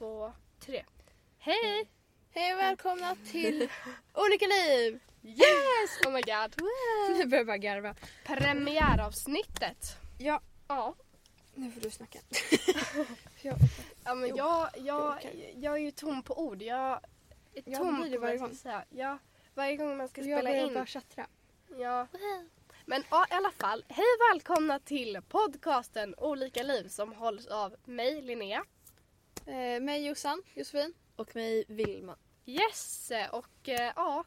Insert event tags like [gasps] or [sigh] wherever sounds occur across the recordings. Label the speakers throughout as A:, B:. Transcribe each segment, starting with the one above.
A: två, tre. Mm. Hej!
B: Hej och välkomna till Olika liv!
A: Yes! Oh my god.
B: [laughs] Nu börjar jag bara garva.
A: Premiäravsnittet.
B: Ja,
A: Ja.
B: nu får du snacka.
A: ja men
B: Jo.
A: jag, jag,
B: Jo,
A: jag är ju tom på ord. Jag är
B: Ja,
A: tom
B: det blir det
A: på vad
B: varje
A: jag ska
B: gång.
A: säga. Ja, varje gång man ska
B: Jag
A: spela
B: börjar bara
A: in.
B: tjattra.
A: Ja. Men ja, i alla fall. Hej och välkomna till podcasten Olika liv som hålls av mig, Linnea.
B: Eh, mig Jossan, Josefin.
C: Och mig Vilma.
A: Yes! Och eh, ja,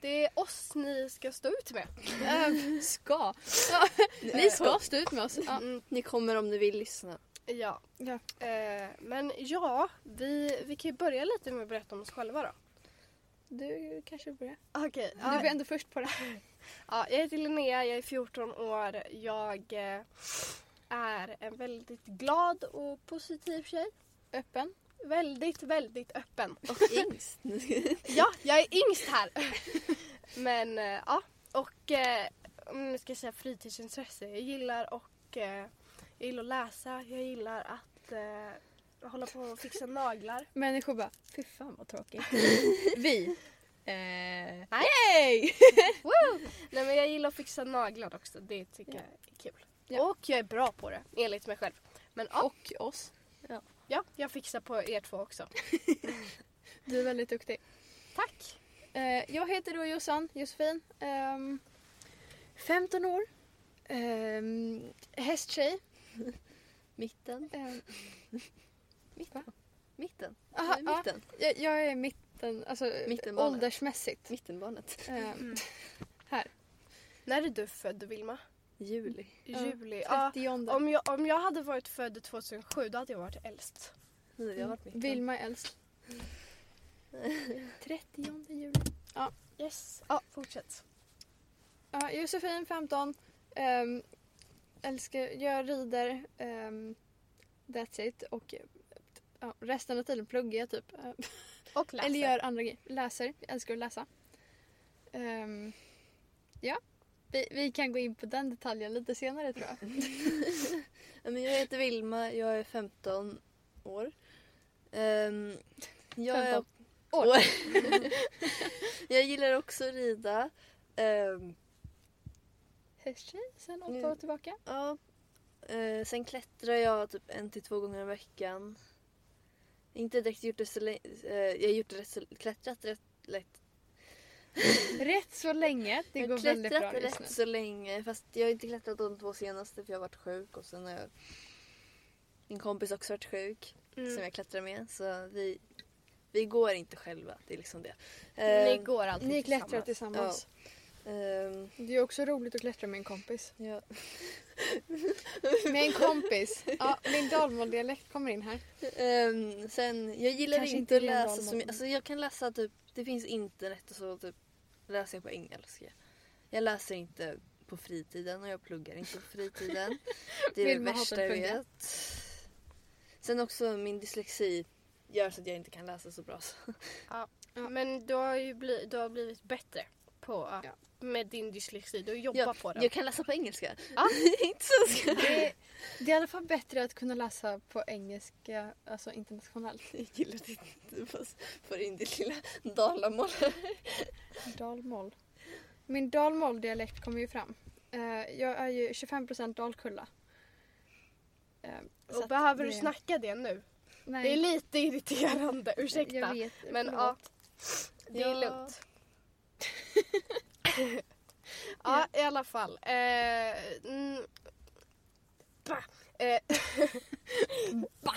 A: det är oss ni ska stå ut med.
B: Eh, ska.
C: Eh,
B: Ni ska stå ut med oss. Ja.
A: Mm,
C: Ni kommer om ni vill lyssna.
A: ja.
B: Ja.
A: Eh, men ja, vi, vi kan ju börja lite med att berätta om oss själva då.
B: Du kanske börjar.
A: Okej.
B: Du
A: ja,
B: var ändå först på det här.
A: ja, jag heter Linnea, jag är 14 år. Jag eh, är en väldigt glad och positiv tjej.
B: Öppen.
A: Väldigt, väldigt öppen.
C: Och [laughs] yngst.
A: Ja, jag är yngst [laughs] här. Men eh, ja, och eh, om jag ska säga fritidsintresse. Jag gillar och eh, jag gillar att läsa. Jag gillar att eh, hålla på och fixa naglar.
B: Människor bara, fy fan vad tråkigt. [laughs] Vi. Eh,
A: Nej! Woo! Nej men jag gillar att fixa naglar också. Det tycker
B: Ja.
A: jag är kul.
B: Ja.
A: Och jag är bra på det, enligt mig själv. Men ja,
B: och oss.
A: ja jag fixar på er två också.
B: Du är väldigt duktig.
A: Tack!
B: Eh, jag heter då Jossan, Josefin. Ehm, 15 år. Um, hästtjej.
C: Mitten.
B: Ehm,
C: Mitten. Mitten.
B: aha,
C: Du är
B: ja,
C: mitten.
B: jag, jag är mitten, alltså
C: Mittenbarnet.
B: åldersmässigt.
C: Mittenbarnet.
B: Ehm,
A: Mm.
B: här,
A: När är du född Vilma?
C: Juli.
B: Ja.
A: Juli. Ja,
B: 30
A: om, jag, om jag hade varit född 2007 då hade jag varit äldst.
C: Nu har jag varit mitten.
B: Vilma är äldst.
C: [laughs]
B: 30 juli.
A: Yes. Ja, fortsätt.
B: Ja, Josefin, 15. Ehm, älskar, jag rider. Um, that's it. Och ja, resten av tiden pluggar jag typ. Ehm,
A: Och läser.
B: Eller gör andra grejer. Läser. Jag älskar att läsa. Ehm, ja. Vi, vi kan gå in på den detaljen lite senare tror
C: Mm.
B: jag.
C: Ja, men Jag heter Vilma, jag är 15 år. Ehm, jag, är,
B: 15
C: år. [laughs] jag gillar också att rida. Ehm,
B: Hästtjej sen
C: Mm.
B: åtta år tillbaka.
C: ja. Eh, sen klättrar jag typ en till två gånger i veckan. Inte direkt gjort det så länge. jag har gjort det rätt så, klättrat rätt lätt.
B: Rätt så länge. Det
C: jag
B: går
C: har
B: väldigt bra
C: klättrat
B: just
C: rätt
B: nu.
C: så länge. Fast jag har inte klättrat de två senaste för jag har varit sjuk och sen har jag... Min kompis har också varit sjuk. som
A: Mm.
C: jag klättrar med. Så vi, vi går inte själva, det är liksom det.
A: Ni
C: Ehm,
A: går alltid
B: Eh, Ni klättrar
A: tillsammans.
B: tillsammans.
C: ehm,
B: Det är också roligt att klättra med en kompis.
C: ja.
B: Med en kompis. Ja, min dalmåldialekt kommer in här.
C: Ehm, sen, jag gillar
B: Kanske
C: inte att
B: inte
C: läsa
B: Lindholm,
C: så mycket.
B: men-
C: Alltså, jag kan läsa typ, det finns internet och så typ, läser jag på engelska. Jag läser inte på fritiden och jag pluggar inte på [laughs] fritiden. Det är det
B: Vilma hatar
C: värsta jag
B: plugga.
C: vet. Sen också min dyslexi gör så att jag inte kan läsa så bra. Så.
B: Ja.
A: Men du har ju bli, du har blivit bättre på,
B: Ja.
A: med din dyslexi. Du jobbar
C: Jag,
A: på det.
C: jag kan läsa på engelska.
A: Ja.
C: inte svenska.
B: Det är, det är i alla fall bättre att kunna läsa på engelska, alltså internationellt.
C: [laughs] Jag gillar det inte fast för in ditt lilla dalamål.
B: Dalmål. Min dalmåldialekt kommer ju fram. Eh, jag är ju 25% dalkulla. Eh, så
A: och
B: att
A: behöver du
B: det-
A: snacka det nu?
B: Nej,
A: Det är lite irriterande,
B: Jag
A: ursäkta.
B: vet,
A: Men ja,
B: förlåt.
A: det är
C: Ja.
B: [laughs]
A: lugnt. ja, i alla fall. Eh, mm, bah. Eh, [laughs]
B: Vad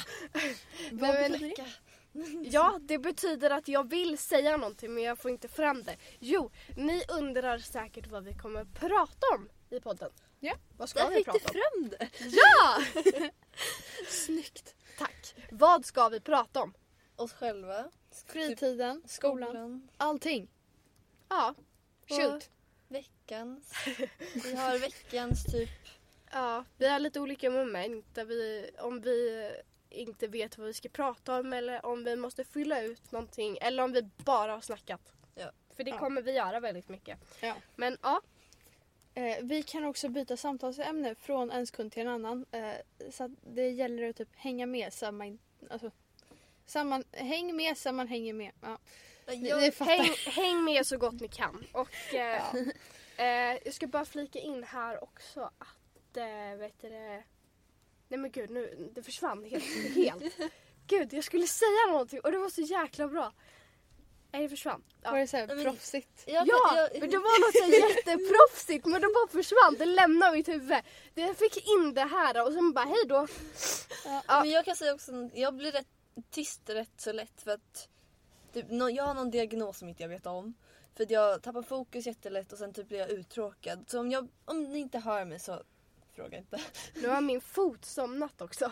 A: men-
B: betyder det? [laughs]
A: ja, det betyder att jag vill säga någonting men jag får inte fram det. Jo, ni undrar säkert vad vi kommer prata om i podden.
B: Ja.
A: vad ska
C: Där
A: vi
C: fick
A: prata
C: du
A: om?
C: fram det.
A: Ja!
B: Snyggt.
A: Tack. Vad ska vi prata om?
C: Oss själva.
A: typ
B: Fritiden, skolan,
C: Skolan.
B: allting.
A: Ja.
B: Shoot.
C: [laughs] Veckans. Vi har veckans typ.
A: ja vi har lite olika moment där vi, om vi inte vet vad vi ska prata om eller om vi måste fylla ut någonting eller om vi bara har snackat.
C: Ja.
A: För det
B: Ja.
A: kommer vi göra väldigt mycket.
B: Ja.
A: Men ja,
B: Eh, vi kan också byta samtalsämne från en sekund till en annan. Eh, så att det gäller att typ hänga med så att man, alltså, Samman, häng med, sammanhänger med. Ja. Ni-
C: Jag-
B: ni fattar.
A: Häng, häng med så gott ni kan.
B: [laughs]
A: Och, eh, eh, jag ska bara flika in här också att, eh, vet du det, nej men gud nu, det försvann helt. helt.
B: [laughs]
A: gud, jag skulle säga någonting och det var så jäkla bra. Nej, det försvann. Ja,
B: Var
A: Mm.
B: det så här
C: Ja, men-
B: proffsigt?
C: jag-
A: ja
C: jag-
A: men det var något så här jätteproffsigt men det bara försvann, det lämnade mitt huvud. Det- Jag fick in det här och sen bara hej då. Ja.
C: Men jag kan säga också, jag blir rätt tyst rätt så lätt för att typ, nå- jag har någon diagnos som inte jag vet om. För att jag tappar fokus jättelätt och sen typ blir jag uttråkad. Så om, jag, om ni inte hör mig så fråga inte. [laughs]
A: Nu har min fot somnat också.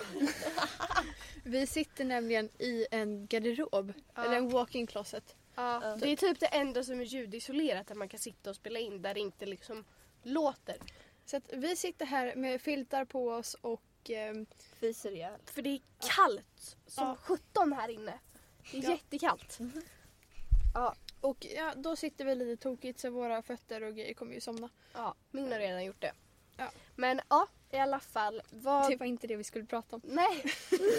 B: Vi sitter nämligen i en garderob,
A: Ja.
B: eller en walk-in closet.
A: Ja,
C: Ja.
A: det är typ det enda som är ljudisolerat där man kan sitta och spela in där det inte liksom låter.
B: Så att vi sitter här med filtar på oss och ehm,
C: Fiser ihjäl.
A: För det är kallt som
B: Ja.
A: 17 här inne. Det är
B: Ja.
A: jättekallt.
B: Och ja, då sitter vi lite tokigt så våra fötter och grejer kommer ju somna.
A: Ja, min har redan gjort det.
B: Ja.
A: Men ja, i alla fall. Vad...
B: Det var inte det vi skulle prata om.
A: Nej.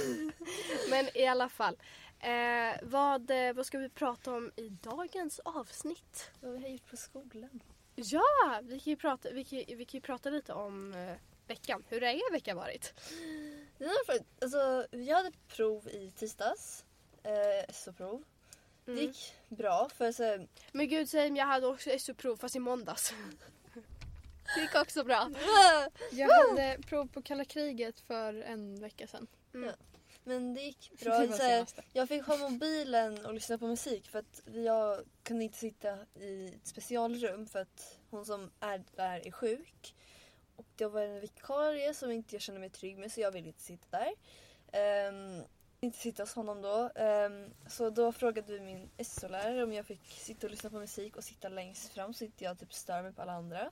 A: [laughs] Men i alla fall. Eh, vad, eh, vad ska vi prata om i dagens avsnitt?
C: Vad har vi gjort på skolan?
A: Ja, vi kan ju prata, vi kan, ju- vi kan ju prata lite om eh, veckan. Hur har er vecka varit?
C: Det var för- Alltså, jag hade prov i tisdags. Eh, SO-prov. Det
A: Mm.
C: gick bra för så, [laughs] här-
A: Men gud säg mig, jag hade också SO-prov fast i måndags. Det gick också [laughs] bra.
B: Jag hade prov på kalla kriget för en vecka sedan.
C: Men det gick
B: Det
C: bra.
B: var
C: så här,
B: senaste.
C: Jag fick ha mobilen och lyssna på musik för att jag kunde inte sitta i ett specialrum för att hon som är där är sjuk. Och det var en vikarie som inte jag kände mig trygg med så jag ville inte sitta där. Ehm, inte sitta hos honom då. Ehm, så då frågade vi min SO-lärare om jag fick sitta och lyssna på musik och sitta längst fram så inte jag typ stör mig på alla andra.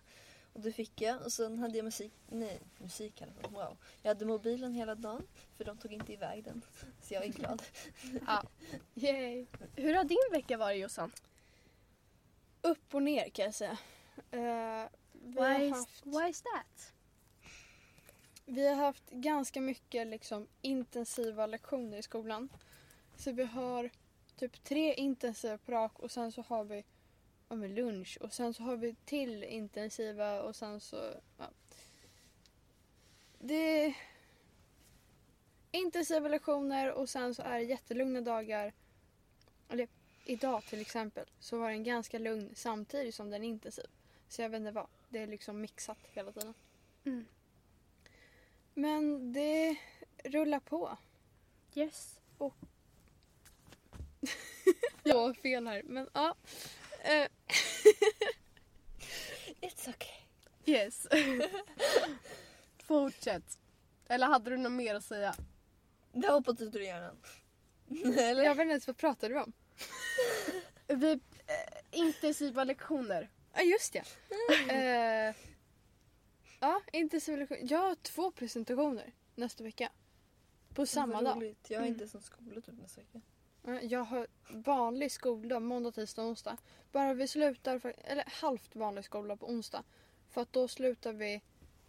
C: Och det fick jag. Och sen hade jag musik, nej musik hade jag, wow. Jag hade mobilen hela dagen för de tog inte iväg den. Så jag är glad.
A: Yay. Hur har din vecka varit Jossan?
B: Upp och ner kan jag säga. Eh, vi, har haft,
A: why is that?
B: vi har haft ganska mycket liksom, intensiva lektioner i skolan. Så vi har typ tre intensiva på rak och sen så har vi ja, men lunch och sen så har vi till intensiva och sen så... Ja. Det är intensiva lektioner och sen så är det jättelugna dagar. Eller idag till exempel så var den ganska lugn samtidigt som den är intensiv. Så jag vet inte vad. Det är liksom mixat hela tiden.
A: Mm.
B: Men det rullar på.
A: Yes.
B: Jag var fel här men ja. Eh,
C: It's okay.
A: Yes. [laughs] Fortsätt. Eller hade du något mer att säga?
C: Det har hoppat ut ur hjärnan. Eller?
B: jag vet inte ens vad pratade vi om?
A: Vi, eh, intensiva lektioner.
B: Ja just det. Eh, ja, intensiv lektion. Jag har två presentationer nästa vecka. På samma
C: Vad
B: dag.
C: roligt. Jag har
B: Mm.
C: inte ens en skola typ nästa vecka.
B: Ja, Jag har vanlig skoldag måndag, tisdag, onsdag. Bara vi slutar, för, eller halvt vanlig skola på onsdag. För att då slutar vi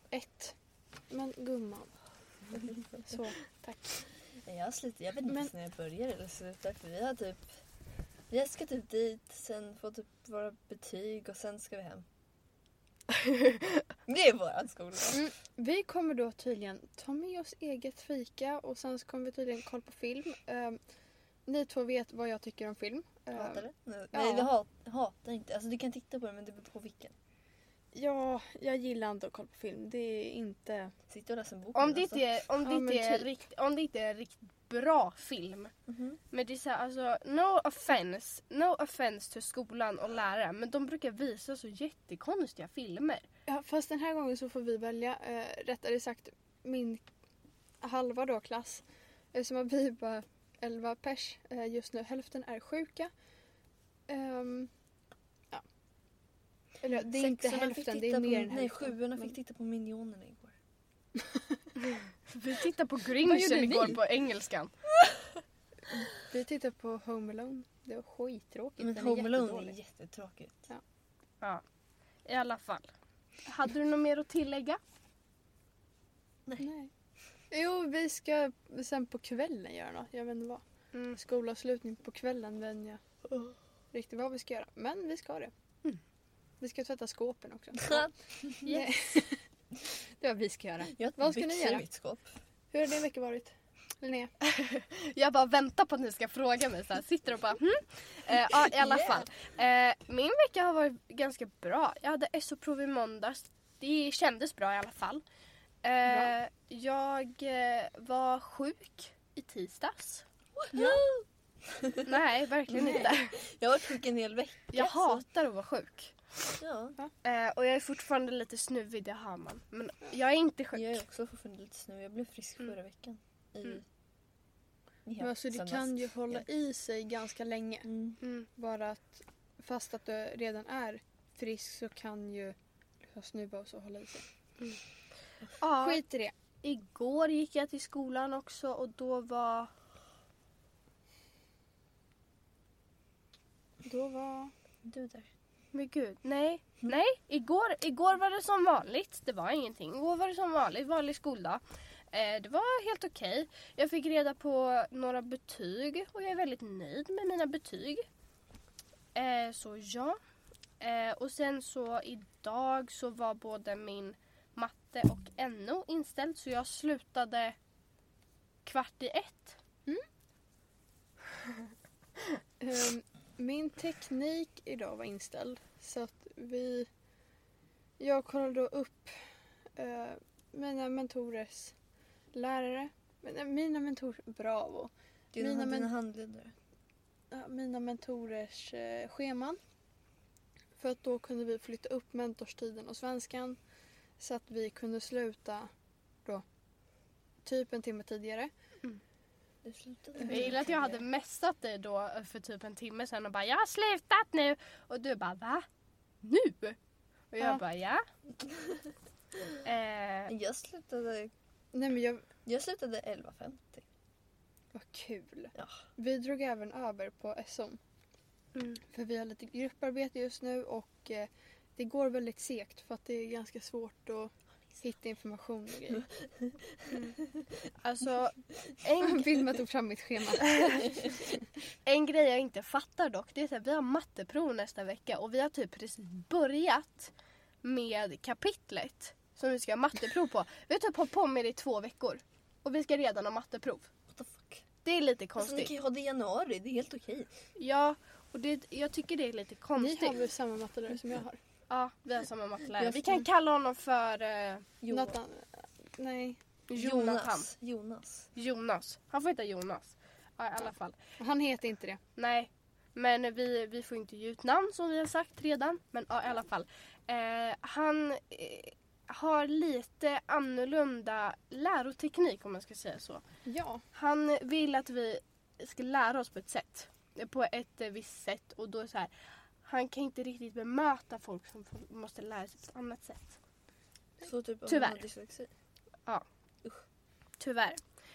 B: ett. Men gumman. Så, tack.
C: Men jag sliter. Jag vet inte
B: Men-
C: ens när jag börjar eller slutar. För vi har typ... Vi ska typ dit, sen få typ våra betyg och sen ska vi hem. det är våran skola.
B: Vi kommer då tydligen ta med oss eget fika och sen så kommer vi tydligen kolla på film. Eh, ni två vet vad jag tycker om film. Eh,
C: Hatar det? Nej,
B: ja.
C: vi hat, hatar inte. Alltså du kan titta på det men det beror på vilken.
B: ja, jag gillar inte att kolla på film. Det är inte...
C: Sitta och läsa en bok. alltså.
A: Om
C: men
A: det inte är, om det
B: Alltså, Ja,
A: inte
B: men
A: är,
B: typ.
A: rikt, om det inte är en riktigt bra film.
C: Mhm.
A: Men det är så här, alltså, no offense, no offense till skolan och lärare men de brukar visa så jättekonstiga filmer.
B: Ja, fast den här gången så får vi välja. Eh, rättare sagt min halva då klass. Eftersom att vi är bara 11 pers eh, just nu. Hälften är sjuka. Ehm, ja. Eller det är inte
C: Sexorna fick
B: hälften, det
C: titta
B: är
C: på-
B: mer än
C: Nej,
B: hälften.
C: sjuorna
B: Men-
C: fick titta på Minionerna igår.
A: Vi tittar på
B: [laughs] Vad gjorde
A: Grinchen igår
B: ni?
A: på engelskan.
B: Vi tittar på Home Alone. Det var skittråkigt.
C: Men
B: Den
C: Home Alone är
B: jättedålig. [laughs]
C: jättetråkigt.
A: Ja. I alla fall. Hade du något mer att tillägga?
B: Nej. Jo, vi ska sen på kvällen göra något. Jag vet inte vad.
A: Mm.
B: Skolavslutning på kvällen vänjer jag
C: Oh.
B: riktigt vad vi ska göra. Men vi ska det.
A: Mm.
B: Vi ska tvätta skåpen också.
A: Yes.
B: Det är vad vi ska göra.
C: Jag
B: Vad ska ni
C: byxor i
B: göra?
C: mitt skåp.
B: Hur har din vecka varit? Linnea?
A: Jag bara väntar på att ni ska fråga mig. Så här, sitter och bara hm? eh, Ja, i alla
C: [laughs] Yeah.
A: fall. Eh, min vecka har varit ganska bra. Jag hade SO-prov i måndags. Det kändes bra i alla fall. Eh,
B: Bra.
A: Jag eh, var sjuk i tisdags. Nej, verkligen
C: Nej.
A: inte.
C: Jag har varit sjuk en hel vecka.
A: Jag
C: så-
A: hatar att vara sjuk.
C: Ja,
A: Eh, och jag är fortfarande lite snuvig, det hör man. Men jag är inte sjuk.
C: jag är också fortfarande lite snuvig. Jag blev frisk
A: Mm.
C: förra veckan. I...
A: Mm.
C: i
B: Men alltså, det
C: söndags.
B: kan ju hålla i sig ganska länge.
C: Mm.
A: Mm.
B: Bara att fast att du redan är frisk så kan ju liksom snuva och så hålla i sig.
A: Ja,
B: Skit i det.
A: Igår gick jag till skolan också och då var...
B: Då var...
C: Du där.
A: Men gud, nej. Nej, igår, igår var det som vanligt. Det var ingenting. Igår var det som vanligt, vanlig skoldag. Eh, det var helt okej. Jag fick reda på några betyg och jag är väldigt nöjd med mina betyg. Eh, så ja. Eh, och sen så idag så var både min matte och NO inställd så jag slutade kvart i ett.
B: Ehm, min teknik idag var inställd så att vi... Jag kollade då upp eh, mina mentorers lärare. Men, eh, mina mentorers... Bravo.
C: Dina,
B: Mina men-
C: dina handledare.
B: Ja, Mina mentorers eh, scheman. För att då kunde vi flytta upp mentorstiden och svenskan så att vi kunde sluta då typ en timme tidigare.
C: Du slutade
A: Jag gillar att jag hade messat dig då för typ en timme sedan och bara jag har slutat nu och du bara va? Nu? Och jag
B: Ja.
A: bara
B: [laughs]
A: ja. eh,
C: Jag slutade,
B: Nej men jag...
C: jag slutade 11.50.
B: Vad kul.
C: Ja.
B: Vi drog även över på SO.
A: mm,
B: För vi har lite grupparbete just nu och eh, det går väldigt segt för att det är ganska svårt att hitta information och grejer.
A: alltså en,
B: Vilma tog fram mitt schema.
A: en grej jag inte fattar dock det är att vi har matteprov nästa vecka och vi har typ precis börjat med kapitlet som vi ska ha matteprov
B: [laughs]
A: på. Vi har typ hållit på med det i två veckor och vi ska redan ha matteprov.
C: What the fuck?
A: Det är lite
C: Alltså, ni
A: konstigt.
C: kan ju ha det i januari, det är helt okej.
A: Ja, och det, jag tycker det är lite
B: Ni
A: konstigt.
B: har väl samma mattelärare som jag har?
A: Ja, vi har samma mattelärare.
C: Jag
A: Vi kan kalla honom för eh,
C: Jo-
B: Nathan? eh, Nej,
A: Jonathan.
C: Jonas. Jonas.
A: Jonas. Han får heta Jonas. Ja, i alla fall.
B: han heter inte det.
A: Nej, men vi, vi får inte ge ut namn som vi har sagt redan. Men ja, i alla fall. Eh, han eh, har lite annorlunda läroteknik om man ska säga så.
B: Ja.
A: Han vill att vi ska lära oss på ett sätt. På ett eh, visst sätt och då är det så här. Han kan inte riktigt bemöta folk som får- måste lära sig på ett annat sätt.
C: Så typ om
A: Tyvärr.
C: man har dyslexi.
A: Tyvärr.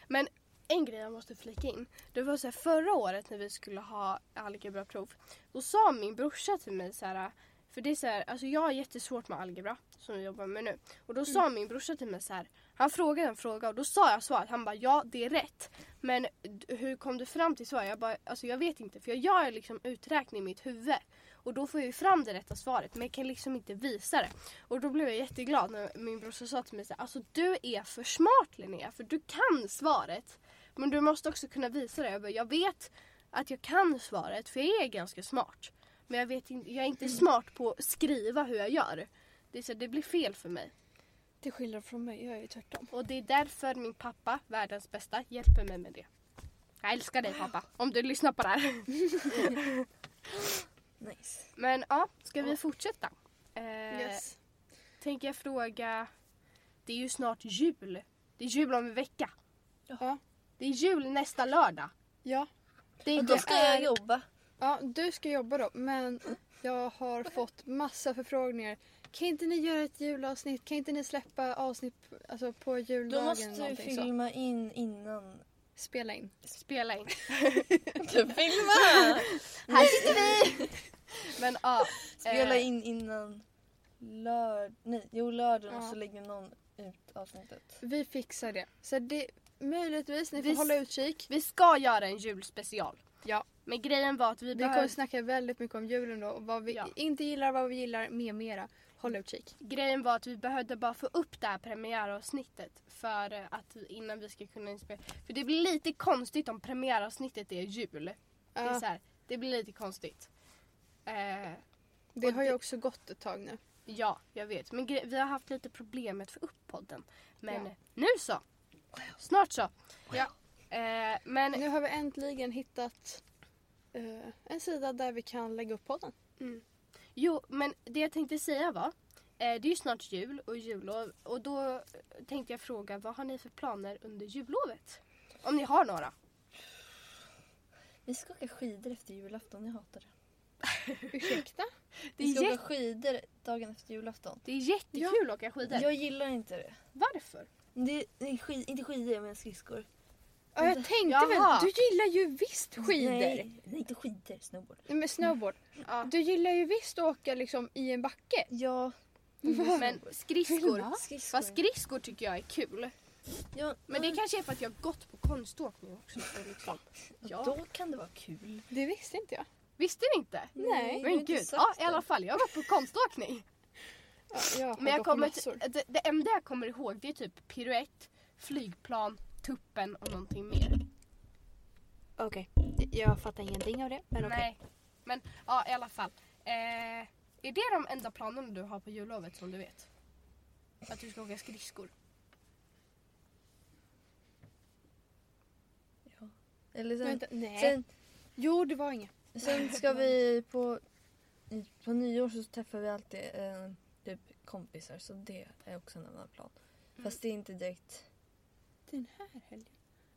A: Men en grej jag måste flika in. Det var så här, förra året när vi skulle ha algebraprov. Då sa min brorsa till mig så här. För det är så här, alltså jag har jättesvårt med algebra som jag jobbar med nu. Och då sa min brorsa till mig så här. Han frågade en fråga och då sa jag svaret. Han bara ja det är rätt. Men d- hur kom du fram till svaret? Jag bara alltså jag vet inte för jag gör liksom uträkning i mitt huvud. Och då får jag ju fram det rätta svaret men jag kan liksom inte visa det. Och då blev jag jätteglad när min brorsa sa till mig så här, alltså du är för smart Linnea för du kan svaret. Men du måste också kunna visa det. Jag, bara, jag vet att jag kan svaret för jag är ganska smart. Men jag, vet inte, jag är inte smart på att skriva hur jag gör. Det, är så, här, det blir fel för mig.
B: Till skillnad från mig, jag är ju tvärtom.
A: Och det är därför min pappa, världens bästa, hjälper mig med det. Jag älskar dig pappa, om du lyssnar på det här.
C: Nice.
A: Men ja, ska vi fortsätta? Eh,
B: Yes.
A: Tänker jag fråga, det är ju snart jul. Det är jul om en vecka.
B: Ja.
A: Det är jul nästa lördag.
B: Ja.
A: Det är
C: Och då
A: inte...
C: ska jag jobba.
B: ja, du ska jobba då men jag har fått massa förfrågningar. Kan inte ni göra ett julavsnitt? Kan inte ni släppa avsnitt alltså, på
C: Då
B: juldagen?
C: måste du
B: någonting så?
C: filma in innan.
A: [laughs]
B: Spela in.
A: Spela in. Typ
C: filma!
A: Här sitter vi! [laughs] Men ja.
C: Spela
A: eh,
C: in innan lörd... Nej, jo lördagen och
B: Ja.
C: så lägger någon ut avsnittet.
B: Vi fixar det. Så det Möjligtvis, ni får
A: Vi-
B: hålla utkik.
A: Vi ska göra en julspecial.
B: Ja.
A: Men grejen var att vi,
B: Vi kommer
A: behöv...
B: snacka väldigt mycket om julen då och vad vi
A: Ja.
B: inte gillar, vad vi gillar med mera. Håll utkik.
A: grejen var att vi behövde bara få upp det här premiäravsnittet för eh, att vi- innan vi ska kunna inspelera. För det blir lite konstigt om premiäravsnittet är jul. Det, är
B: Ja,
A: så här, det blir lite konstigt. Eh,
B: det
A: och
B: har ju
A: det-
B: också gått ett tag nu.
A: ja, jag vet. Men gre- vi har haft lite problem med att få upp podden. Men
B: Ja.
A: nu så! Snart så!
B: Ja.
A: Eh, men
B: Nu har vi äntligen hittat eh, en sida där vi kan lägga upp
A: [laughs]
B: podden.
A: Jo, men det jag tänkte säga var, eh, det är ju snart jul och jullov och då tänkte jag fråga vad har ni för planer under jullovet? Om ni har några.
C: Vi ska åka skidor efter julafton, jag hatar det.
B: Ursäkta?
A: Det
C: Vi ska
A: är,
C: åka
A: jätt,
C: skidor dagen efter julafton.
A: det är jättekul att åka skidor.
C: Jag gillar inte det.
A: Varför?
C: det är, nej, skid, inte skidor, men skridskor.
B: Ja, jag tänkte
A: Jaha.
B: väl, du gillar ju visst skidor. Nej.
C: Nej, nej inte skidor, snowboard.
B: Men snowboard.
A: Ja.
B: Du gillar ju visst att åka liksom i en backe.
C: Ja,
A: Mm, Men skridskor.
B: Va?
C: skridskor.
A: Fast skridskor tycker jag är kul.
C: ja,
A: Men det kanske är för att jag har gått på konståkning också. och Liksom.
C: ja.
A: Ja.
C: Då kan det vara kul.
B: Det visste inte jag.
A: Visste ni inte?
B: Nej.
C: du har
A: Men
C: inte
A: gud,
C: sagt
A: ja, i
C: det.
A: alla fall. Jag har gått på konståkning.
B: Ja, jag har
A: Men jag
B: gått på
A: kommer
B: massor.
A: t- det, det enda jag kommer ihåg det är typ piruett, flygplan, tuppen och någonting mer.
D: Okej, jag fattar ingenting av det. Men okej.
A: Nej. Men ja, i alla fall. Eh, är det de enda planerna du har på jullovet som du vet? Att du ska åka skridskor?
C: Eller sen,
B: Vänta, nej.
C: sen,
B: Jo, det var inget.
C: sen ska vi på, i- på nyår så träffar vi alltid eh, typ kompisar så det är också en annan plan.
B: Mm.
C: Fast det är inte direkt...
B: Den här helgen?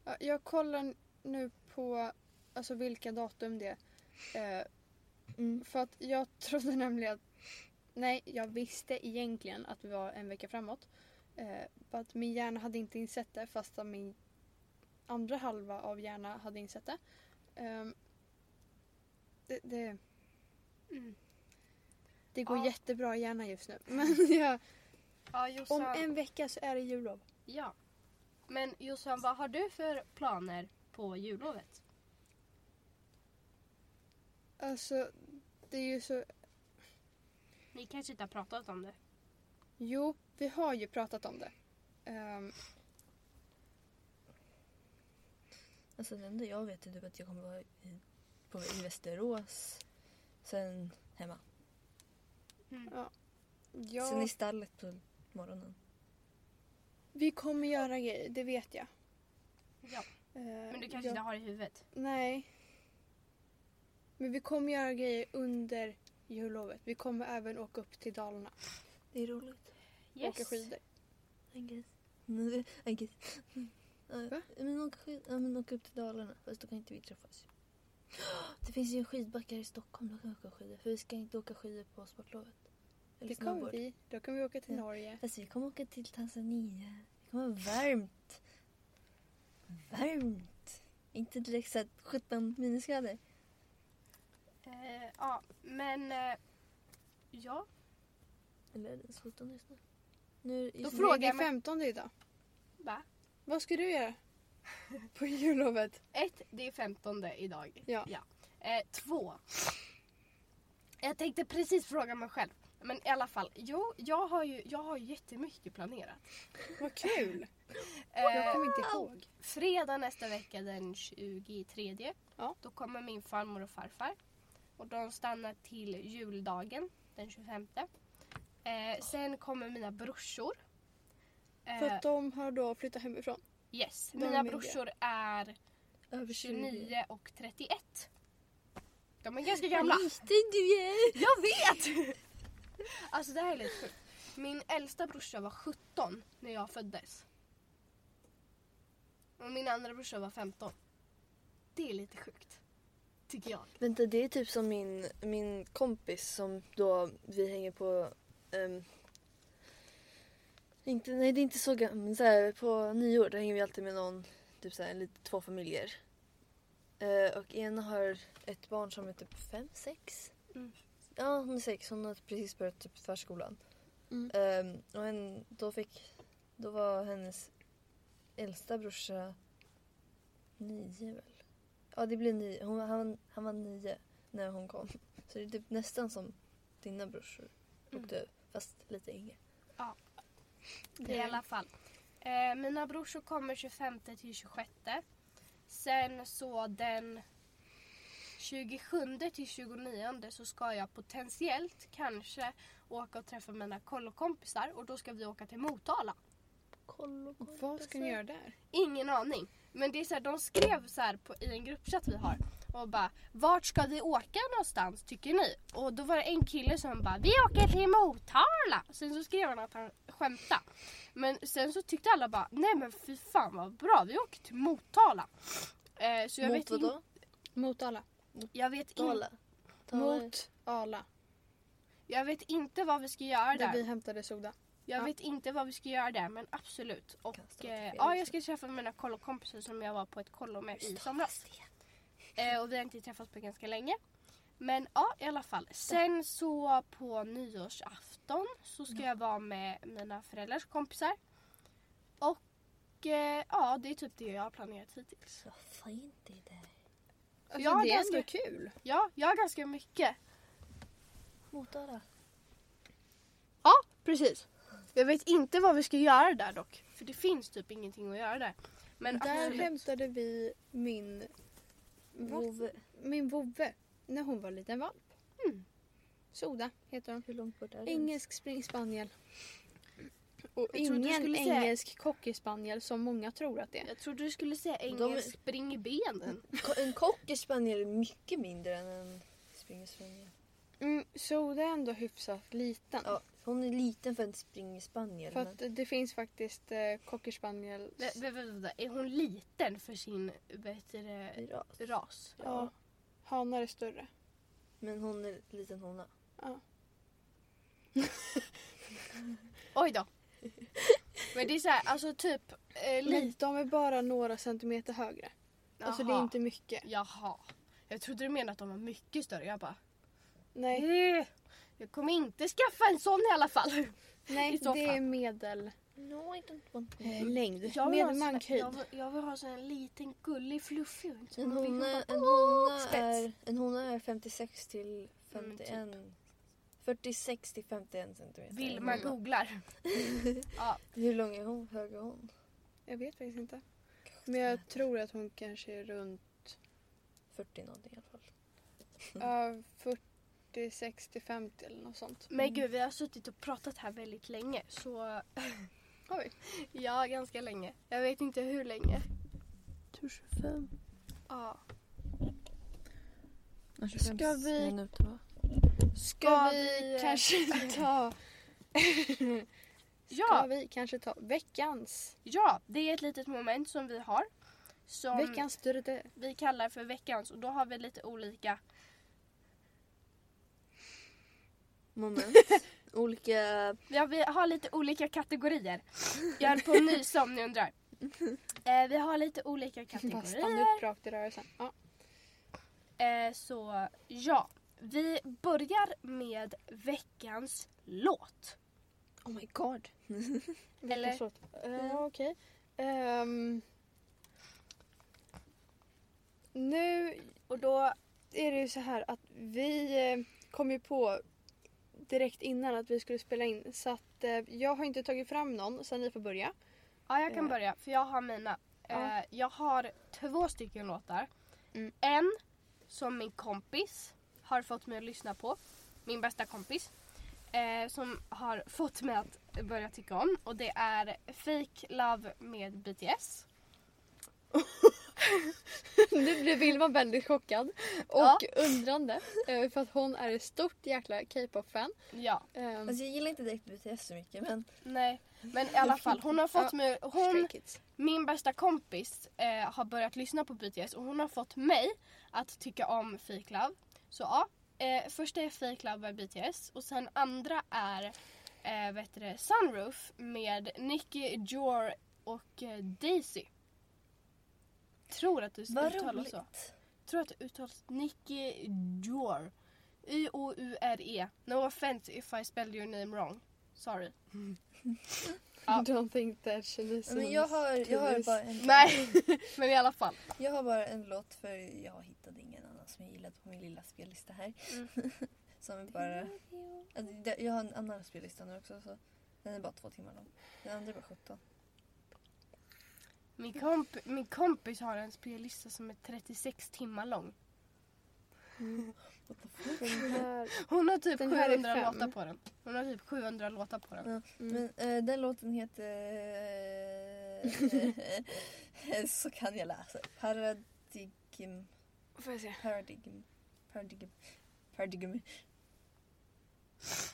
B: Ja, Jag kollar nu på alltså, vilka datum det är. Eh,
C: Mm.
B: för att jag [laughs] trodde nämligen att... Nej, jag visste egentligen att vi var en vecka framåt. Eh, för att min hjärna hade inte insett det fast att min andra halva av hjärna hade insett det. Ehm, det, det,
A: Mm.
B: det går
A: Ja.
B: jättebra i hjärnan just nu. [laughs] Men jag,
A: Ja, Jossan.
B: Mm. om en vecka så är det jullov.
A: Ja. Men Jossan, vad har du för planer på jullovet?
B: Alltså, det är ju så
A: Ni kanske inte har pratat om det?
B: Jo, vi har ju pratat om det. Ehm,
C: Alltså det enda jag vet är typ att jag kommer vara i, på, i Västerås. Sen hemma. Sen i
B: ja,
C: stallet på morgonen.
B: vi kommer göra grejer, det vet jag.
A: Ja.
B: Ehm,
A: Men du kanske
B: jag-
A: inte har det i huvudet?
B: Nej. Men vi kommer göra grejer under jullovet. Vi kommer även åka upp till Dalarna
C: Det är roligt.
B: och åka skidor.
C: En [laughs] gris. Nej, En gris. Ja,
B: Va?
C: Men åka, skid, ja, men åka upp till Dalarna. Fast då kan inte vi träffas. [gasps] Det finns ju en skidbacke här i Stockholm. Då kan vi åka skidor. För vi ska inte åka skidor på sportlovet. Eller
B: Det kommer
C: snowboard.
B: vi. Då kan vi åka till
C: Ja.
B: Norge.
C: Fast vi kommer åka till Tanzania. Det kommer vara varmt. Varmt. Inte direkt så här 17 minusgrader.
A: Eh, ja, men... Eh, ja.
C: Eller är det ens 17 just nu? nu just
A: Då
C: nu-
A: frågar
B: det är
A: jag mig-
B: 15 idag.
A: Va?
B: Vad ska
A: [laughs]
B: du göra? På jullovet?
A: Ett, det är 15 idag.
B: Ja.
A: Eh, två. Jag tänkte precis fråga mig själv. Men i alla fall, jo, jag har ju, jag har ju jättemycket planerat.
B: Vad kul! Jag
A: Eh,
B: kommer inte ihåg.
A: fredag nästa vecka den 23.
B: Ja.
A: Då kommer min farmor och farfar. Och de stannar till juldagen den 25. Eh, sen kommer mina brorsor. Eh,
B: För att de har då flyttat hemifrån.
A: yes,
B: de är
A: mina
B: med.
A: brorsor är
C: Över 20.
A: 29 och 31. De är ganska gamla.
C: Vad liten du är!
A: Jag vet! Alltså det här är lite sjukt. Min äldsta brorsa var 17 när jag föddes. Och min andra brorsa var 15. Det är lite sjukt. Tycker jag.
C: Vänta, det är typ som min, min kompis som då vi hänger på... ehm, inte, nej, det är inte så gammalt. Men så här, på nyår då hänger vi alltid med någon, typ så här, lite, två familjer. Eh, och ena har ett barn som är typ fem, sex.
A: Mm.
C: Ja, hon är sex. Hon har precis börjat typ förskolan.
B: Mm.
C: Ehm, och en, då fick... Då var hennes äldsta brorsa nio väl? Ja det blir nio. Hon, han, han var nio när hon kom. Så det är typ nästan som dina brorsor och
A: Mm.
C: du. Fast lite yngre.
A: I alla fall. Eh, mina brorsor kommer 25 till 26. Sen så den 27 till 29 så ska jag potentiellt kanske åka och träffa mina kollokompisar och då ska vi åka till Motala.
C: Kolla,
B: Vad ska
A: Alltså,
B: ni göra där?
A: Ingen aning. Men det är så här, de skrev så här på, i en gruppchatt vi har och bara vart ska vi åka någonstans tycker ni? Och då var det en kille som bara vi åker till Motala. Sen så skrev han att han skämtade. Men sen så tyckte alla bara nej men fy fan vad bra vi åker till Motala. Eh, så jag
C: Mot
A: vet
C: vad
A: inte.
C: då?
B: Mot alla.
A: Jag vet, in,
C: Dala? Dala?
B: Mot Ala.
A: jag vet inte vad vi ska göra
B: Där
A: där.
B: vi hämtade soda.
A: Jag
B: Ja.
A: vet inte vad vi ska göra där men absolut.
C: Kan
A: Och
C: stå till
A: eh,
C: fel
A: ja, jag ska
C: också.
A: träffa mina kollokompisar som jag var på ett kollo med i somras. Eh, och vi har inte träffats på ganska länge. Men ja, i alla fall. Sen så på nyårsafton så ska jag vara med mina föräldrars kompisar. Och eh, ja, det är typ det jag har planerat hittills.
C: Vad fint det där.
B: Alltså,
A: Ja,
B: det
A: det
B: är
A: ska-
B: ändå kul.
A: Ja, jag har ganska mycket.
C: Motala.
A: Ja, precis. Jag vet inte vad vi ska göra där dock. För det finns typ ingenting att göra där. Men
B: Där
A: absolut.
B: hämtade vi min,
C: Vove.
B: min vovve när hon var liten valp.
A: Mm.
B: Soda heter hon.
C: Hur långt bort är det?
B: Engelsk springspaniel. Och
A: Jag trodde du
B: ingen
A: skulle säga- Mm.
B: engelsk cockyspaniel som många tror att det är.
A: Jag trodde du skulle säga engelsk spring i benen.
C: Ko- En cockerspaniel är mycket mindre än en springerspaniel.
B: Mm, soda är ändå hyfsat liten.
C: Ja, hon är liten för en springerspaniel.
B: För
C: men-
B: att det finns faktiskt eh, cockerspaniel.
A: Vä- vä- vä- vä- Är hon liten för sin vad heter det,
C: Ja,
A: ras?
B: Ja. Hanar är större.
C: Men hon är liten hona.
A: Oj då. Men det är så här, alltså typ eh,
B: Men
A: lite.
B: de är bara några centimeter högre. Alltså det är inte mycket.
A: Jaha. Jag trodde du menade att de var mycket större. Jag bara,
B: Nej,
A: eh, jag kommer inte skaffa en sån i alla fall.
B: nej
A: i så
B: det
A: fall. Mm.
B: är medel...
C: No, I don't want
B: Eh, längd.
A: Jag vill, ha en sån här,
B: Medelmankhöjd.
A: jag, vill, jag vill ha en sån här liten gullig fluffig hund. som
C: En
A: man vill
C: hona,
A: hoppa på.
C: en hona,
A: spets.
C: är, en hona är 56 till
A: Mm, typ.
C: 51... 46 till 51 centimeter.
A: Vilma
C: En hona.
A: [laughs] googlar. ja,
C: Hur lång är hon? Hög är hon?
B: Jag vet faktiskt inte. Men jag tror att hon kanske är runt
C: 40 någonting i alla fall.
A: Mm.
B: ja, 46 till 50 eller något sånt.
A: Men gud, vi har suttit och pratat här väldigt länge. Så...
B: Har vi?
A: Ja, ganska länge. Jag vet inte hur länge.
C: 25.
A: Ja.
B: Ska vi-
C: minuter va?
B: Ska vi [laughs] kanske ta... Ska
A: [laughs] Ja,
B: vi kanske ta veckans?
A: ja, det är ett litet moment som vi har. Som
B: Veckans dyrde.
A: vi kallar för veckans. Och då har vi lite olika...
C: Moment.
A: [laughs]
C: Olika...
A: Ja, vi har lite olika kategorier. Jag höll på att nysa om ni undrar. Eh, vi har lite olika
B: Bara
A: kategorier.
B: stanna upp rakt i rörelsen. Ja.
A: Eh, så ja, vi börjar med veckans låt.
C: Oh my god.
A: Eller-
B: Veckans låt. Eh, Okej. Ehm, nu
A: Och då...
B: är det ju så här att vi eh, kom ju på direkt innan att vi skulle spela in så att eh, jag har inte tagit fram någon så ni får börja.
A: Ja, jag kan
B: Eh.
A: börja för jag har mina.
B: Ja.
A: Eh, jag har två stycken låtar.
B: Mm.
A: En som min kompis har fått mig att lyssna på. Min bästa kompis. Eh, som har fått mig att börja tycka om. Och det är Fake Love med BTS.
B: [laughs] Nu blev Vilma väldigt chockad och
A: Ja.
B: undrande eh, för att hon är ett stort jäkla K-pop-fan.
A: Ja,
B: [laughs] Ehm,
C: Alltså jag gillar inte direkt BTS så mycket men...
A: nej. Men i alla fall, hon har fått
B: Ja.
A: mig...
B: Stray
A: Hon,
B: Kids.
A: min bästa kompis eh, har börjat lyssna på BTS och hon har fått mig att tycka om Fake Love. Så ja, eh, första är Fake Love med BTS och sen andra är eh, vad heter det, Sunroof med Nicky, Jor och eh, Daisy. Tror att det
C: Vad
A: uttalas så.
C: roligt.
A: Tror att det uttalas E. Nicky Jor. Y-O-U-R-E. No offense if I spelled your name wrong. Sorry.
B: I don't think that Shanice
C: Men jag har, jag har bara en
A: Nej, [laughs] men i alla fall.
C: Jag har bara en låt för jag hittade ingen annan som jag gillade på min lilla spellista här. [laughs] som är bara... Alltså, det- Jag har en annan spellista nu också så den är bara två timmar lång. Den andra är bara 17.
A: Min, komp- min kompis har en spellista som är 36 timmar lång.
C: What the fuck?
B: Mm, Den här...
A: Hon har typ
B: Den här är
A: 700
B: fem.
A: låtar på den. Hon har typ 700 låtar på den.
C: Mm. Men eh, den låten heter... eh, [laughs] så kan jag läsa. Paradigm...
D: Får jag se?
C: Paradigm... Paradigm... Paradigm...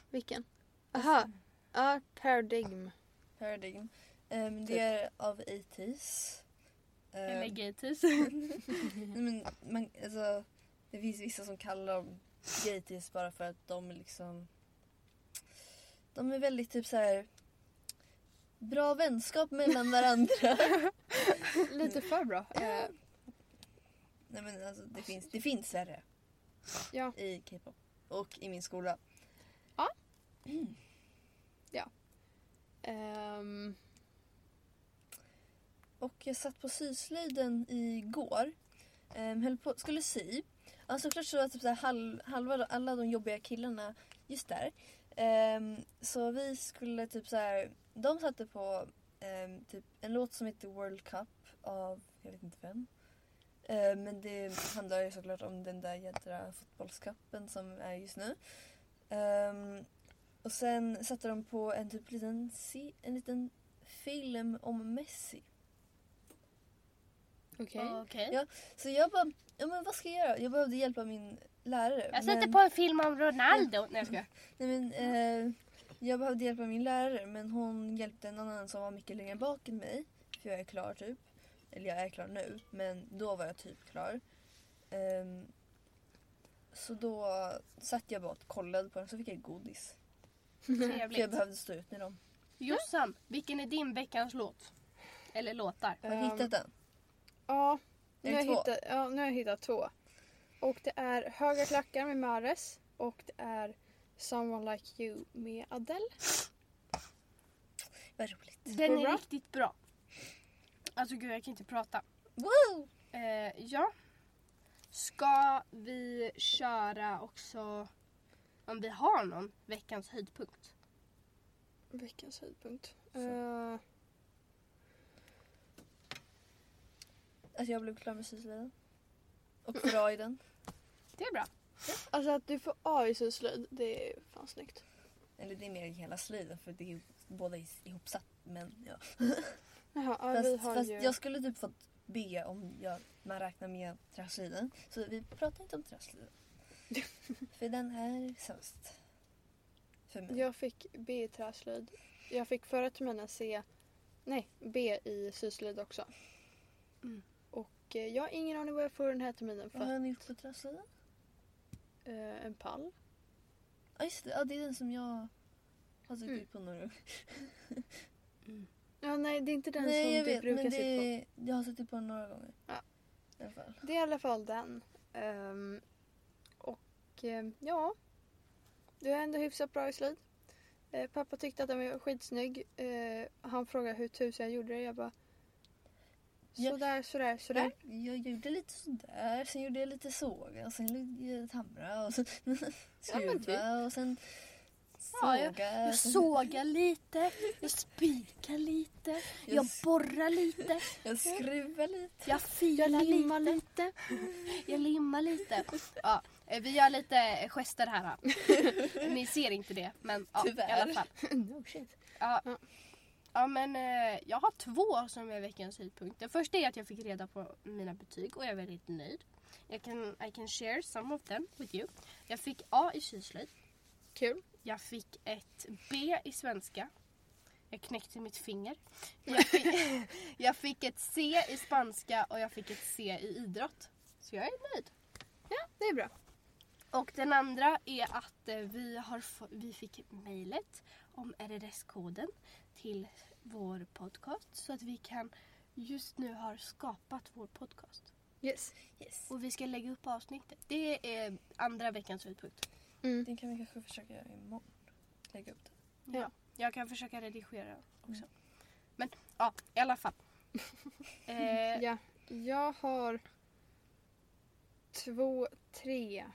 B: Vilken? Aha. Ja, paradigm.
C: Paradigm. Eh, men det
B: Typ.
C: är av 80s. Eh,
A: Eller Gaties.
C: Nej, men man, alltså, det finns vissa som kallar dem gaytis bara för att de är liksom... De är väldigt typ så här bra vänskap mellan varandra.
B: [laughs] Lite för bra. Eh,
C: Nej men alltså det finns, det finns värre
B: ja.
C: i K-pop. Och i min skola.
B: Ehm,
C: Och jag satt på syslöjden igår. Um, höll på, skulle sy. Ja, såklart så var typ så här halv, halva alla de jobbiga killarna just där. Ehm, så vi skulle typ så här. De satte på ehm, typ en låt som heter World Cup av jag vet inte vem. Ehm, men det handlar ju såklart om den där jädra fotbollscupen som är just nu. Ehm, och sen satte de på en typ liten, se- en liten film om Messi.
B: Okej.
A: Okej.
C: Ja, Så jag bara, ja men vad ska jag göra? Jag behövde hjälpa min lärare.
A: Jag sätter
C: men,
A: på en film om Ronaldo. Nej jag
B: [laughs]
A: skojar.
C: Nej, men, eh, jag behövde hjälpa min lärare men hon hjälpte en annan som var mycket längre bak än mig. För jag är klar typ. Eller jag är klar nu men då var jag typ klar. Ehm, så då satt jag bara och kollade på den så fick jag godis. För jag
A: Trevligt.
C: behövde stå ut med dem.
A: Jossan, vilken är din veckans låt? Eller låtar?
C: Har du
B: Ehm,
C: hittat den?
B: Ja, nu
C: Är det
B: har, jag
C: två?
B: hittat, ja, nu har jag hittat två. Och det är Höga klackar med Mares och det är Someone Like You med Adele.
C: Vad roligt.
A: Den är
B: bra?
A: riktigt bra. Alltså gud jag kan inte prata.
C: Wow!
A: Eh, ja. Ska vi köra också om vi har någon veckans höjdpunkt?
B: Veckans höjdpunkt.
C: Så.
B: Eh,
C: Alltså jag blev klar med syslöjden.
A: [laughs]
C: Och fröjden.
A: Det är bra.
B: alltså att du får A i syslöjd, det är fan snyggt.
C: Eller det är mer hela slöjden för det är ju båda is- ihopsatt. Men ja.
B: Jaha, ja, vi
C: Fast,
B: har
C: fast
B: ju...
C: jag skulle typ fått B om jag, man räknar med trassliden. Så vi pratar inte om trassliden.
B: [laughs]
C: för den är sämst. För mig.
B: Jag fick B i träslöjd. Jag fick förra terminen C, nej B i syslöjd också.
A: Mm.
B: Och eh, jag har ingen aning vad jag får den här terminen för
C: Vad har ni gjort för trassliden?
B: eh, en pall.
C: Ja just det, ja, det är den som jag har suttit
B: Mm.
C: på några
B: Ja, nej det är inte den
C: Nej
B: som
C: jag
B: du
C: vet
B: brukar
C: men
B: sitta på.
C: det är, jag har suttit på den några gånger.
B: Ja.
C: I alla fall.
B: Det är i alla fall den. Ehm, och ehm, ja, det är ändå hyfsat bra i slöjd. Eh, pappa tyckte att den var skitsnygg. Eh, han frågade hur tusen jag gjorde det. Jag bara
C: Ja.
B: sådär, sådär, sådär.
C: Jag, jag gjorde lite sådär, sen gjorde jag lite såga, och sen gjorde jag hamra och sen [laughs] skruva
B: typ.
C: och sen
A: Ja,
C: såga.
A: Jag
C: sen-
A: sågar lite, jag spikar lite, jag
C: jag, s-
A: borrar lite,
B: [laughs]
C: jag skruvar lite.
A: jag filar
B: Jag limmar
A: lite,
B: lite.
A: [laughs] jag limmar lite. Ja, eh, vi gör lite gester här. Ni ser inte det, men ja, i
C: Tyvärr.
A: alla fall.
B: [laughs] no shit.
A: Ja.
B: Ja.
A: Ja men eh, jag har två som är veckans höjdpunkt. Den första är att jag fick reda på mina betyg och jag är väldigt nöjd. Jag kan, I can share some of them with you. Jag fick A i syslöjd.
B: Kul.
A: Jag fick ett B i svenska. Jag knäckte mitt finger. Jag fick, [laughs] jag fick ett C i spanska och jag fick ett C i idrott. Så jag är nöjd.
B: Det är bra.
A: Och den andra är att eh, vi, har få, vi fick mejlet om RRS-koden till vår podcast så att vi kan just nu har skapat vår podcast.
B: Yes.
C: Yes.
A: Och vi ska lägga upp avsnittet. Det är andra veckans höjdpunkt.
B: Mm.
C: Den kan vi kanske försöka göra imorgon. Lägga upp den.
A: Ja. Mm. Jag kan försöka redigera också. Men ja, i alla [laughs] fall. eh,
B: Ja, jag har två, tre,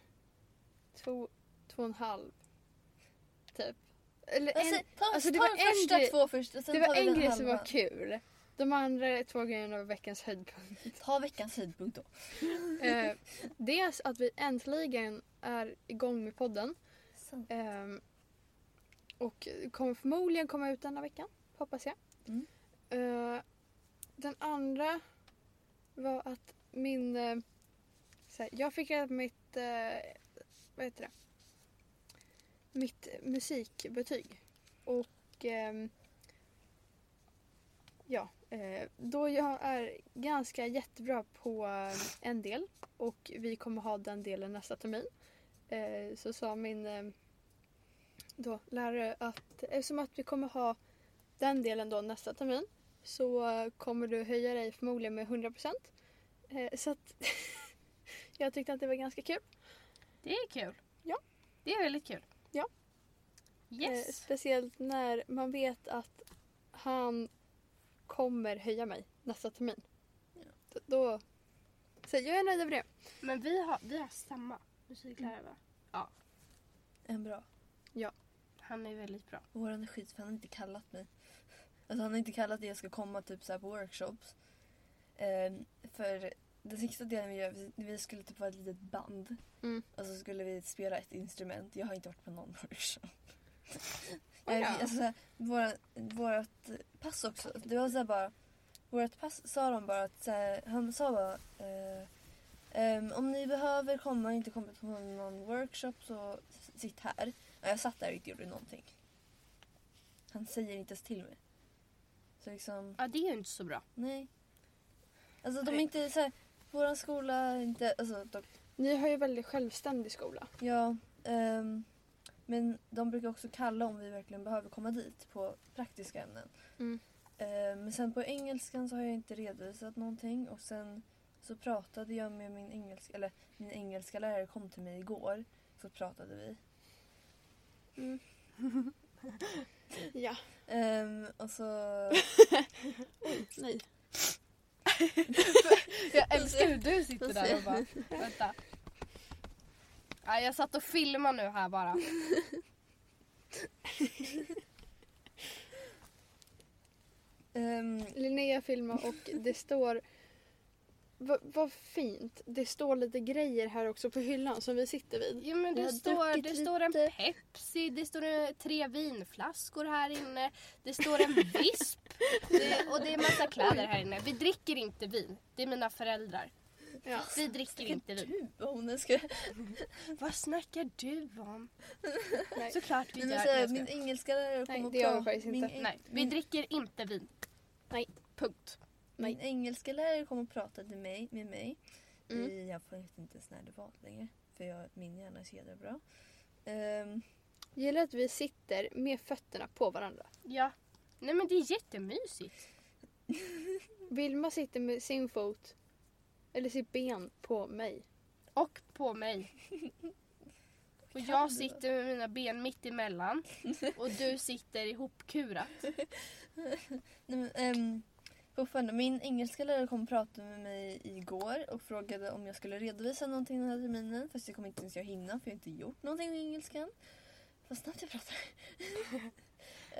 B: två, två och en halv. Typ. Eller en,
C: Alltså, ta
B: alltså, det
C: ta
B: var
C: de
B: en
C: första
B: grej-
C: två först och sen
B: det
C: tar
B: var
C: vi
B: en
C: den
B: grej som
C: halva.
B: var kul. De andra två grejerna var veckans höjdpunkt.
C: Ta veckans höjdpunkt då.
B: eh, dels att vi äntligen är igång med podden.
C: Sen.
B: Ehm, och kommer förmodligen komma ut denna veckan, hoppas jag.
C: Mm.
B: Eh, den andra var att min... eh, så här, jag fick reda på mitt... eh, vad heter det? Mitt musikbetyg. Och... ehm, ja, eh, då jag är ganska jättebra på eh, en del och vi kommer ha den delen nästa termin. Eh, så sa min eh, då, lärare att eftersom att vi kommer ha den delen då nästa termin så eh, kommer du höja dig förmodligen med 100%. Eh, så att [laughs] jag tyckte att det var ganska kul.
A: Det är kul.
B: Ja.
A: Det är väldigt kul.
B: Ja. Eh,
A: Yes.
B: speciellt när man vet att han kommer höja mig nästa termin. D- Då, så jag är nöjd över det.
A: Men vi har, vi har samma musiklärare va?
C: En bra.
A: Han är väldigt bra.
C: Våran är skit för han har inte kallat mig. Alltså han har inte kallat det jag ska komma typ så här på workshops. Ehm, för den sista delen vi gör, vi- vi skulle typ vara ett litet band.
B: Mm.
C: Och så skulle vi spela ett instrument. Jag har inte varit på någon workshop.
B: Oj då.
C: Jag, alltså, så här, våra, vårat pass också, det var så här bara. Vårat pass sa de bara att så här, han sa bara eh, ehm, om ni behöver komma och inte komma på någon workshop så s- sitt här. Ja, jag satt där och inte gjorde någonting. Han säger inte ens till mig. Så liksom,
A: Ja, det är ju inte så bra.
C: nej. Alltså de är inte så här, våran skola är inte, alltså de,
B: Ni har ju väldigt självständig skola.
C: ja. ehm, men de brukar också kalla om vi verkligen behöver komma dit på praktiska ämnen.
B: Mm.
C: Ehm, men sen på engelskan så har jag inte redovisat någonting och sen så pratade jag med min engelska, eller min engelska lärare kom till mig igår. Så pratade vi.
B: Mm.
C: [laughs]
B: Ja.
C: Ehm, och så...
B: Nej.
A: [laughs] Jag älskar hur du sitter där och bara, vänta. Ja, jag satt och filmade nu här bara.
C: ehm,
B: Linnea filmar och det står... Va- Vad fint. Det står lite grejer här också på hyllan som vi sitter vid.
A: Jo men
B: Jag
A: det
B: har
A: står, det
B: druckit
A: står en
B: lite.
A: Pepsi, det står eh, tre vinflaskor här inne, det står en visp det, och det är massa kläder här inne. Vi dricker inte vin, det är mina föräldrar.
B: Ja.
A: Vi dricker inte vin.
C: du vad hon önskar.
A: Vad snackar du om?
B: Nej.
A: Såklart vi gör
C: Nej, men
A: det.
C: så här,
A: jag
C: min
A: skojar.
C: engelska lärare kom
B: Nej,
C: och
B: det gör vi
C: pra-
B: faktiskt
C: min
B: inte.
C: eng-
A: Nej, vi
C: min-
A: dricker inte vin.
B: Nej.
A: Punkt.
C: Min engelska lärare kom och pratade med mig. Med mig.
B: Mm.
C: I, jag vet inte ens när det var längre. För jag, min hjärna är så jädra bra. Ehm,
B: Gillar att vi sitter med fötterna på varandra.
A: Ja. Nej men det är jättemysigt.
B: Vilma sitter med sin fot, eller sitt ben, på mig.
A: Och på mig. Och
C: Kan
A: jag
C: du?
A: sitter med mina ben mitt emellan och du sitter ihopkurat.
C: nej, men, ehm, fortfarande, min engelska lärare kom och pratade med mig igår och frågade om jag skulle redovisa någonting den här terminen. Fast jag kommer inte ens jag hinna för jag har inte gjort någonting med engelskan. Vad snabbt jag pratar. [laughs]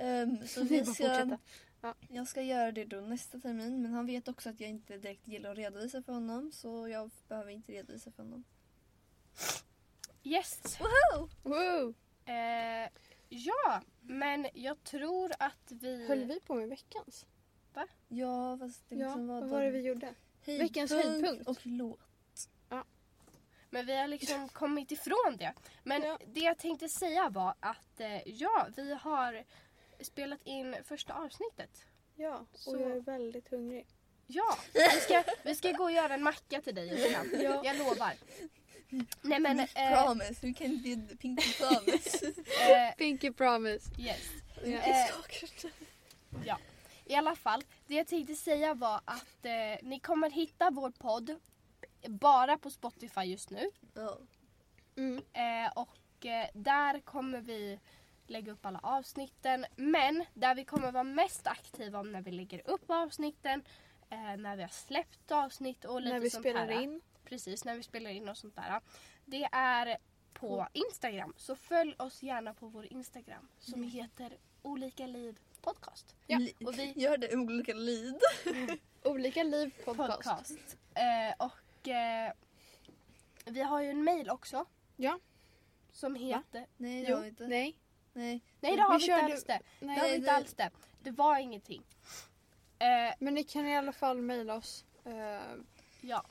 C: Ehm, så
B: Det är
C: vi
B: bara att
C: ska,
B: fortsätta.
C: Jag ska göra det då nästa termin men han vet också att jag inte direkt gillar att redovisa för honom så jag behöver inte redovisa för honom.
A: Yes!
B: Wow!
A: Eh, ja, men jag tror att vi...
B: Höll vi på med veckans?
C: Ja fast det liksom var
B: vad var det vi gjorde?
C: Höjdpunkt
B: Veckans höjdpunkt.
C: och låt.
A: Men vi har liksom
B: [laughs]
A: kommit ifrån det. Men
B: Ja.
A: det jag tänkte säga var att eh, ja, vi har spelat in första avsnittet.
B: Ja, och
A: Så.
B: jag är väldigt hungrig.
A: Ja, vi ska, vi ska gå och göra en macka till dig efterhand.
B: Ja.
A: Jag lovar. Nej men... Eh,
C: Promise, we can do pinky promise.
A: eh,
B: Pinky promise.
A: yes.
B: Ja.
A: Eh, I alla fall, det jag tänkte säga var att eh, ni kommer hitta vår podd bara på Spotify just nu.
C: ja.
B: Mm.
A: Eh, och eh, där kommer vi lägga upp alla avsnitten. Men där vi kommer vara mest aktiva om när vi lägger upp avsnitten, eh, när vi har släppt avsnitt och lite
B: När vi
A: sånt
B: spelar
A: här.
B: in.
A: Precis, när vi spelar in och sånt där. Det är på
B: Mm.
A: Instagram. Så följ oss gärna på vår Instagram som
B: Mm.
A: heter Olika Liv Podcast.
B: Ja,
C: Li-
A: och vi-
C: Gör det olika lid.
B: Olika liv podcast.
A: Podcast. Eh, och eh, vi har ju en mail också.
B: Ja.
A: Som heter...
C: Nej det
B: Jo,
C: har vi inte.
B: nej.
C: Nej.
A: Nej det har vi,
B: Vi
A: inte
B: körde-
A: alls det. Det
B: nej.
A: har vi inte alls det. Det var ingenting. Eh,
B: Men ni kan i alla fall mejla oss. Eh,
A: ja.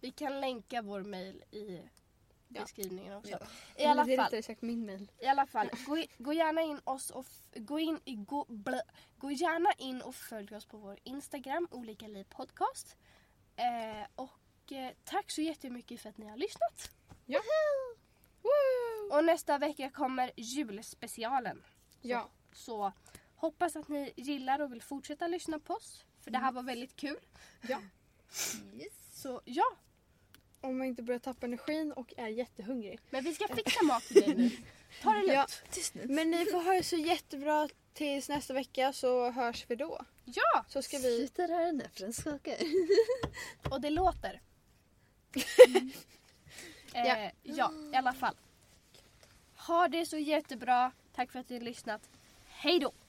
A: Vi kan länka vår mail i
B: Ja.
A: beskrivningen också.
C: Ja.
A: I alla
B: det är
A: fall.
B: rättare sagt min mejl.
A: I alla fall, gå, i- gå gärna in oss och f- gå in, i- gå, blä, gå gärna in och följ oss på vår Instagram, Olika Liv Podcast. Eh, och eh, tack så jättemycket för att ni har lyssnat.
B: Ja.
A: Och nästa vecka kommer julspecialen.
B: Ja.
A: Så hoppas att ni gillar och vill fortsätta lyssna på oss. För
B: Mm.
A: det här var väldigt kul.
C: Yes.
A: Så ja,
B: Om man inte börjar tappa energin och är jättehungrig.
A: men vi ska fixa mat till dig nu. Ta det
B: Ja.
A: lugnt.
C: Tyst nu.
B: Men ni får ha det så jättebra tills nästa vecka så hörs vi då.
A: Ja,
B: Så ska vi...
C: Sluta röra den här för den skakar.
A: och det låter. eh, ja.
B: Ja.
A: i alla fall. Ha det så jättebra. Tack för att ni har lyssnat. Hej då!